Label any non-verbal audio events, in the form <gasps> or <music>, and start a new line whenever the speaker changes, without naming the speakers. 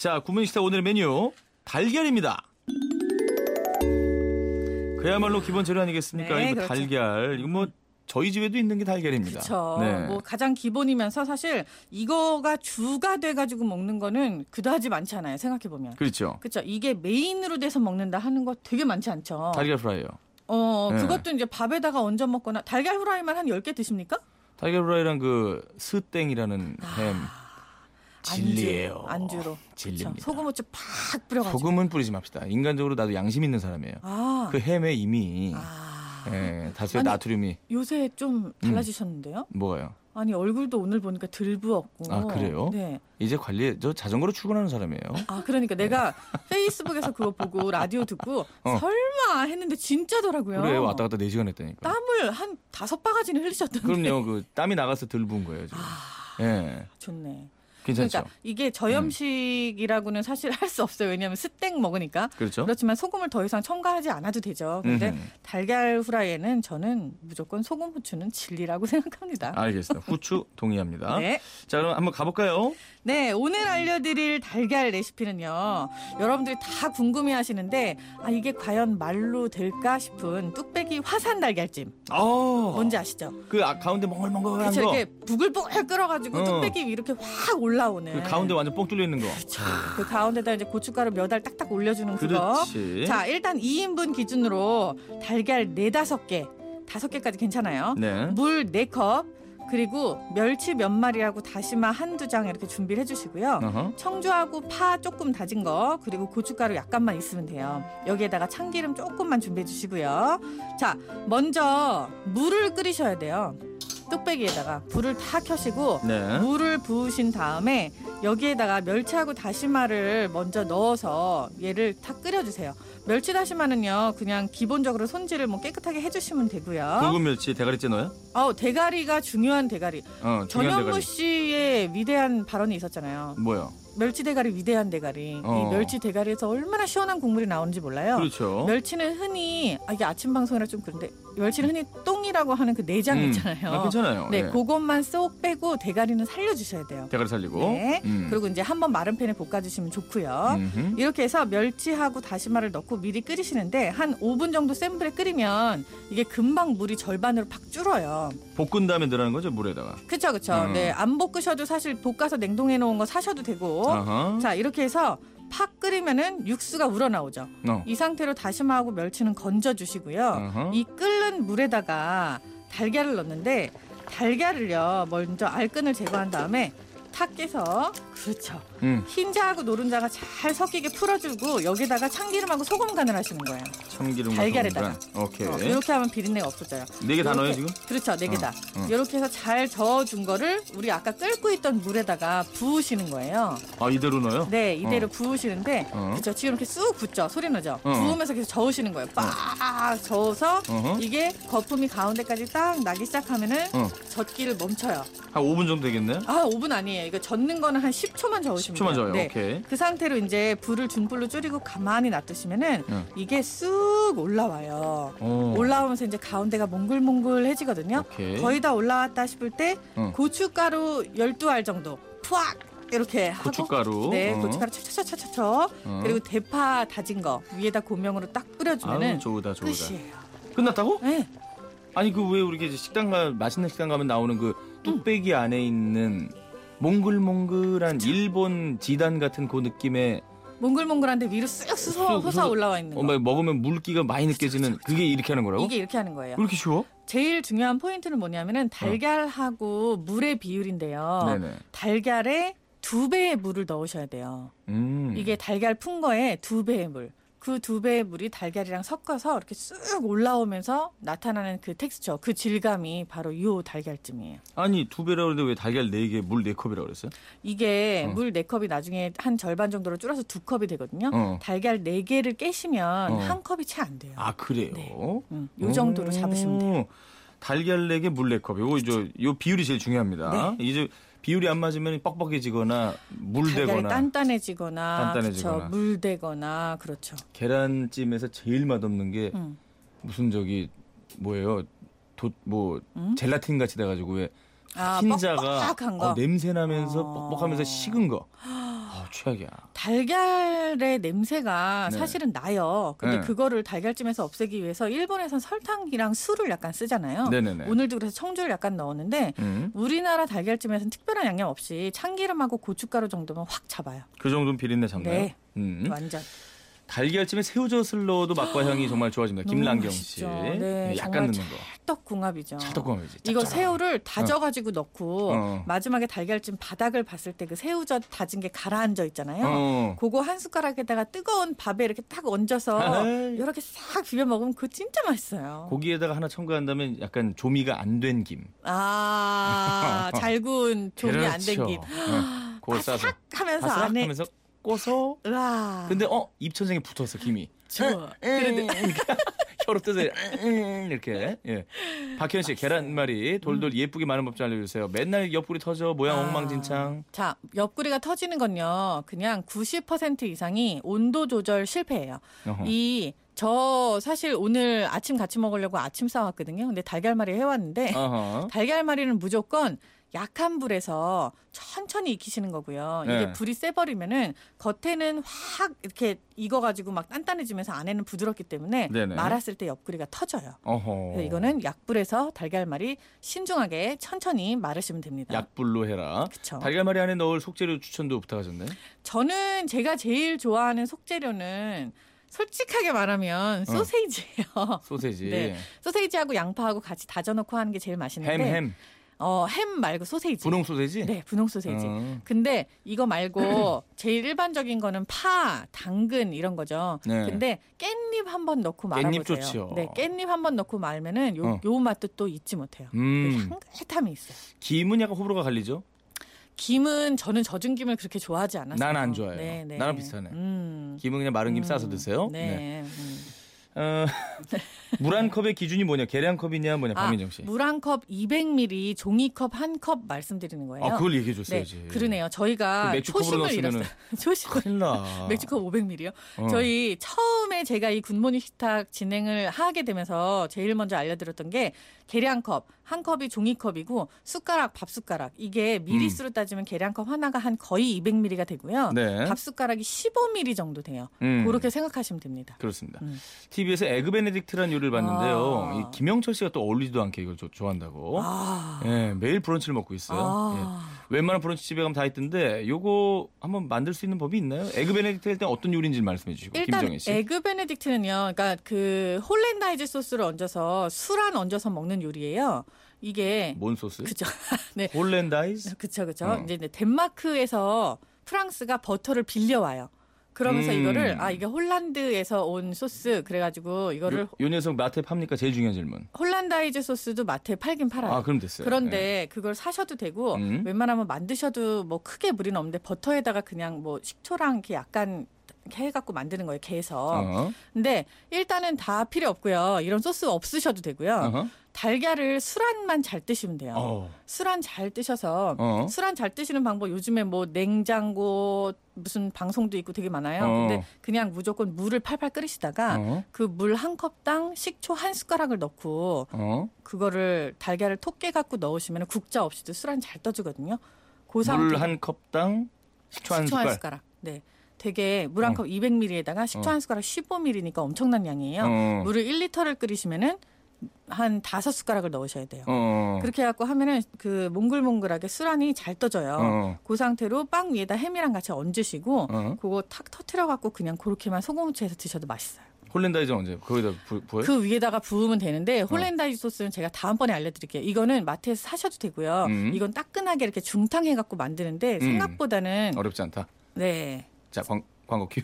자, 구문식사 오늘 메뉴 달걀입니다. 그야말로 기본 재료 아니겠습니까?
네,
이거
그렇죠.
달걀. 이거 뭐 저희 집에도 있는 게 달걀입니다.
그렇죠.
네.
뭐 가장 기본이면서 사실 이거가 주가 돼가지고 먹는 거는 그다지 많잖아요. 생각해 보면.
그렇죠.
그렇죠. 이게 메인으로 돼서 먹는다 하는 거 되게 많지 않죠.
달걀 프라이요.
어,
네.
그것도 이제 밥에다가 얹어 먹거나 달걀 후라이만 한 10개 드십니까?
달걀 프라이랑 그 스땡이라는 햄 진리예요.
아, 안주, 안주로.
진리입니다.
그쵸. 소금 후추 팍 뿌려 가지고.
소금은 뿌리지 맙시다. 인간적으로 나도 양심 있는 사람이에요.
아.
그 햄에 이미
아.
예, 다수의
아니-
나트륨이
요새 좀 달라지셨는데요?
뭐예요?
아니, 얼굴도 오늘 보니까 들부었고.
음. 아, 그래요?
네.
이제 관리 저 자전거로 출근하는 사람이에요.
아, 그러니까 내가 페이스북에서 그거 보고 라디오 듣고
어.
설마 했는데 진짜더라고요.
그래 왔다 갔다 4시간 했다니까.
땀을 한 다섯 바가지는 흘리셨던데.
그럼요. 그 땀이 나가서 덜 부은 거예요, 지금.
아,
예.
좋네.
괜찮죠? 음.
그러니까 이게 저염식이라고는 사실 할 수 없어요. 왜냐하면 스땡 먹으니까.
그렇죠?
그렇지만 소금을 더 이상 첨가하지 않아도 되죠. 근데
음흠.
달걀 후라이에는 저는 무조건 소금 후추는 진리라고 <laughs> 생각합니다.
알겠습니다. 후추 동의합니다.
네.
자, 그럼 한번 가 볼까요?
네, 오늘 알려드릴 달걀 레시피는요. 여러분들이 다 궁금해 하시는데, 아, 이게 과연 말로 될까 싶은 뚝배기 화산 달걀찜.
어.
뭔지 아시죠?
그 아, 가운데 멍얼멍얼한
그쵸,
거.
이렇게 부글부글 끓어가지고
어.
뚝배기 위 이렇게 확 올라오는.
그 가운데 완전 뽕 뚫려 있는 거.
자, 그 가운데다 이제 고춧가루 몇 알 딱딱 올려주는 그거.
그렇지.
자, 일단 2인분 기준으로 달걀 4, 5개, 5개까지 괜찮아요.
네.
물 4컵, 그리고 멸치 몇 마리하고 다시마 한두 장 이렇게 준비를 해주시고요.
어허.
청주하고 파 조금 다진 거, 그리고 고춧가루 약간만 있으면 돼요. 여기에다가 참기름 조금만 준비해 주시고요. 자, 먼저 물을 끓이셔야 돼요. 뚝배기에다가 불을 다 켜시고
네.
물을 부으신 다음에 여기에다가 멸치하고 다시마를 먼저 넣어서 얘를 다 끓여주세요. 멸치 다시마는요 그냥 기본적으로 손질을 뭐 깨끗하게 해주시면 되고요.
굵은 멸치 대가리째 넣어요?
어 대가리가 중요한 대가리.
어, 중요한
전현무
대가리.
씨의 위대한 발언이 있었잖아요.
뭐요?
멸치 대가리 위대한 대가리.
어.
이 멸치 대가리에서 얼마나 시원한 국물이 나오는지 몰라요.
그렇죠.
멸치는 흔히 아 이게 아침 방송이라 좀 그런데 멸치는 흔히 똥이라고 하는 그 내장
음.
있잖아요.
아, 괜찮아요.
네,
예.
그것만 쏙 빼고 대가리는 살려주셔야 돼요.
대가리 살리고.
네.
음.
그리고 이제 한번 마른 팬에 볶아주시면 좋고요.
음흠.
이렇게 해서 멸치하고 다시마를 넣고 미리 끓이시는데 한 5분 정도 센 불에 끓이면 이게 금방 물이 절반으로 팍 줄어요.
볶은 다음에 넣으라는 거죠 물에다가.
그쵸 그쵸.
음.
네, 안 볶으셔도 사실 볶아서 냉동해 놓은 거 사셔도 되고.
아하.
자 이렇게 해서 팍 끓이면은 육수가 우러나오죠.
어.
이 상태로 다시마하고 멸치는 건져주시고요.
아하.
이 끓는 물에다가 달걀을 넣는데 달걀을요 먼저 알끈을 제거한 다음에 탁 깨서 그렇죠.
음,
흰자하고 노른자가 잘 섞이게 풀어주고 여기다가 참기름하고 소금 간을 하시는 거예요.
참기름과
달걀에다가.
소금간. 오케이.
어, 이렇게 하면 비린내가 없어져요.
네 개 다 넣어요
요렇게.
지금?
그렇죠, 네 개다.
어, 어.
이렇게 해서 잘 저어준 거를 우리 아까 끓고 있던 물에다가 부으시는 거예요.
아 이대로 넣어요?
네, 이대로 부으시는데
어.
그렇죠. 지금 이렇게 쑥 붙죠. 소리 나죠.
어.
부으면서 계속 저으시는 거예요. 빡 저어서
어허.
이게 거품이 가운데까지 딱 나기 시작하면은
어.
젓기를 멈춰요.
한 5분 정도 되겠네.
아, 5분 아니에요. 이거 젓는 거는 한 10초만 저으시면
10초만
돼요.
저요.
네.
오케이.
그 상태로 이제 불을 중불로 줄이고 가만히 놔두시면은
응.
이게 쑥 올라와요.
오.
올라오면서 이제 가운데가 몽글몽글해지거든요.
어. 오케이. 어.
거의 다 올라왔다 싶을 때
응.
고춧가루 12알 정도 푸악 이렇게 하고
고춧가루.
네,
어.
고춧가루 쳐쳐쳐쳐쳐
어.
그리고 대파 다진 거 위에다 고명으로 딱
아우
뿌려주면은
좋다 좋다.
끝이에요.
끝났다고?
네,
아니 그 왜 우리 이렇게 식당 가 맛있는 식당 가면 나오는 그
음.
뚝배기 안에 있는 몽글몽글한 일본 지단 같은 그 느낌의
몽글몽글한데 위로 쓱 쑤서
쑥,
솟아
쑥.
올라와 있는
어,
거.
막 먹으면 물기가 많이 느껴지는 그게 이렇게 하는 거라고?
이게 이렇게 하는 거예요.
왜 이렇게 쉬워?
제일 중요한 포인트는 뭐냐면은 달걀하고 물의 비율인데요.
네네.
달걀에 두 배의 물을 넣으셔야 돼요.
음.
이게 달걀 푼 거에 두 배의 물. 그 두 배의 물이 달걀이랑 섞어서 이렇게 쑥 올라오면서 나타나는 그 텍스처, 그 질감이 바로 요 달걀찜이에요.
아니 두 배라고 그러는데 왜 달걀 네 개, 물 네 컵이라고 그랬어요?
이게
어.
물 네 컵이 나중에 한 절반 정도로 줄어서 두 컵이 되거든요.
어.
달걀 네 개를 깨시면
어.
한 컵이 채 안 돼요.
아 그래요?
네. 음, 요 정도로
오,
잡으시면 돼요.
달걀 네개 물 네컵 요거 이제 요 비율이 제일 중요합니다. 이제 비율이 안 맞으면 뻑뻑해지거나
네. 달걀이
물되거나
단단해지거나,
단단해지거나.
그렇죠. 물되거나, 그렇죠.
계란찜에서 제일 맛없는 게
음.
무슨 저기 뭐예요? 도 뭐 젤라틴 같이 돼 가지고 왜
음? 아,
흰자가 어, 네.
뻑뻑한 거.
냄새 나면서
어.
뻑뻑하면서 식은 거. 아, 최악이야.
달걀의 냄새가
네.
사실은 나요. 근데
네.
그거를 달걀찜에서 없애기 위해서 일본에선 설탕이랑 술을 약간 쓰잖아요.
네네네.
어, 오늘도 그래서 청주를 약간 넣었는데
음,
우리나라 달걀찜에서는 특별한 양념 없이 참기름하고 고춧가루 정도면 확 잡아요.
그 정도는 비린내 잡나요?
네.
음.
완전.
달걀찜에 새우젓을 넣어도 맛과 향이 정말 좋아집니다.
<gasps> 너무
김란경 씨.
맛있죠. 네,
약간
정말
넣는 거.
찰떡궁합이죠.
차도감이지.
어. 이거 새우를 다져가지고 넣고
어.
마지막에 달걀찜 바닥을 봤을 때 그 새우젓 다진 게 가라앉아 있잖아요.
어.
그거 한 숟가락에다가 뜨거운 밥에 이렇게 딱 얹어서
아이. 네.
이렇게 싹 비벼 먹으면 그거 진짜 맛있어요.
고기에다가 하나 첨가한다면 약간 조미가 안 된 김. <laughs>
아, 잘 구운 종이 안
그렇죠.
된 김.
네. 그걸 싸서
바삭 하면서 안에
바삭하면서 꼬서.
으아.
근데 어 입천장에 붙었어 김이.
좋아.
그런데 <laughs> 혀로 뜯어 이렇게. 예. 박현 씨 계란말이 돌돌 예쁘게 많은 법 좀 알려주세요. 맨날 옆구리 터져 모양
음. 아.
엉망진창.
자, 옆구리가 터지는 건요. 그냥 90% 이상이 온도 조절 실패예요.
어허.
이 저 사실 오늘 아침 같이 먹으려고 아침 싸왔거든요. 근데 달걀말이 해왔는데
어허.
달걀말이는 무조건 약한 불에서 천천히 익히시는 거고요. 이게
네.
불이 세버리면은 겉에는 확 이렇게 익어가지고 막 단단해지면서 안에는 부드럽기 때문에
네네.
말았을 때 옆구리가 터져요.
어허.
그래서 이거는 약불에서 달걀말이 신중하게 천천히 마르시면 됩니다.
약불로 해라.
그쵸.
달걀말이 안에 넣을 속재료 추천도 부탁하셨네.
저는 제가 제일 좋아하는 속재료는 솔직하게
어.
말하면 소세지예요.
소세지.
네. 소세지하고 양파하고 같이 다져놓고 하는 게 제일 맛있는데
햄, 햄.
어, 햄 말고 소세지.
분홍 소세지?
네, 분홍 소세지.
어.
근데 이거 말고 <clears throat> 제일 일반적인 거는 파, 당근 이런 거죠.
네.
근데 깻잎 한 번 넣고 말아보세요.
깻잎 좋지요.
네, 깻잎 한 번 넣고 말면은 요,
어.
요 맛도 또 잊지 못해요. 그
음.
향긋함이 있어요.
김은 약간 호불호가 갈리죠?
김은 저는 젖은 김을 그렇게 좋아하지 않았어요.
난안 좋아해요. 나랑 비슷하네.
음.
김은 그냥 마른 김
음.
싸서 드세요. 어,
네. 음.
<laughs> 물 한 컵의 기준이 뭐냐? 계량 컵이냐 뭐냐?
아,
박민정 씨.
물 한 컵 200ml, 종이컵 한 컵 말씀드리는 거예요.
아, 그걸 얘기해
네,
줬어야지.
그러네요. 저희가
그 맥주 컵으로
초심을 잃었어요. <laughs>
넣었으면은
초심을
큰일 나.
<laughs> 맥주컵 500ml요.
어.
저희 처음에 제가 이 굿모닝 식탁 진행을 하게 되면서 제일 먼저 알려드렸던 게 계량컵 한 컵이 종이컵이고 숟가락 밥 숟가락 이게 미리수로 따지면 계량컵 하나가 한 거의 200ml가 되고요.
음. 네.
밥 숟가락이 15ml 정도 돼요.
음.
그렇게 생각하시면 됩니다.
그렇습니다.
음.
TV에서 에그 베네딕트라는 요리를 봤는데요.
아.
이 김영철 씨가 또 어울리지도 않게 이걸 조- 좋아한다고.
아,
예, 매일 브런치를 먹고 있어요.
아.
예. 웬만한 브런치 집에 가면 다 있던데 요거 한번 만들 수 있는 법이 있나요? 에그 베네딕트 할 때 어떤 요리인지 말씀해 주시고
일단
김정희 씨.
에그 베네딕트는요, 그러니까 그 홀랜다이즈 소스를 얹어서 술안 얹어서 먹는 요리예요. 이게
뭔 소스?
그죠? <laughs> 네,
홀랜다이즈?
그렇죠, 그렇죠.
어.
이제 덴마크에서 프랑스가 버터를 빌려 와요. 그러면서
음.
이거를 아 이게 홀란드에서 온 소스 그래가지고 이거를
요, 요 녀석 마트에 팝니까? 제일 중요한 질문.
홀란다이즈 소스도 마트에 팔긴 팔아요.
아, 그럼 됐어요.
그런데
예.
그걸 사셔도 되고
음.
웬만하면 만드셔도 뭐 크게 무리는 없는데 버터에다가 그냥 뭐 식초랑 이렇게 약간 이렇게 해갖고 만드는 거예요. 개에서.
어허,
근데 일단은 다 필요 없고요. 이런 소스 없으셔도 되고요.
어허,
달걀을 술안만 잘 드시면 돼요.
어,
술안 잘 드셔서
어.
술안 잘 드시는 방법 요즘에 뭐 냉장고 무슨 방송도 있고 되게 많아요.
어.
근데 그냥 무조건 물을 팔팔 끓이시다가
어,
그 물 한 컵당 식초 한 숟가락을 넣고
어.
그거를 달걀을 톡 깨갖고 넣으시면 국자 없이도 술안 잘 떠지거든요. 그
물
상태로
한 컵당 식초 한
식초
숟갈.
한 숟가락. 네. 되게 물 한 컵 200ml에다가 식초
어.
한 숟가락 15ml니까 엄청난 양이에요.
어,
물을 1리터를 끓이시면은 한 다섯 숟가락을 넣으셔야 돼요.
어,
그렇게 해갖고 하면은 그 몽글몽글하게 술안이 잘 떠져요.
어,
그 상태로 빵 위에다 햄이랑 같이 얹으시고
어.
그거 탁 터트려 갖고 그냥 그렇게만 소금후추해서 드셔도 맛있어요.
홀랜다이즈 언제? 거기다 부, 부어요?
그 위에다가 부으면
어.
되는데 홀랜다이즈 소스는 제가 다음번에 알려드릴게요. 이거는 마트에서 사셔도 되고요.
음.
이건 따끈하게 이렇게 중탕해 갖고 만드는데
음.
생각보다는
어렵지 않다.
네.
자, 광, 광고 큐.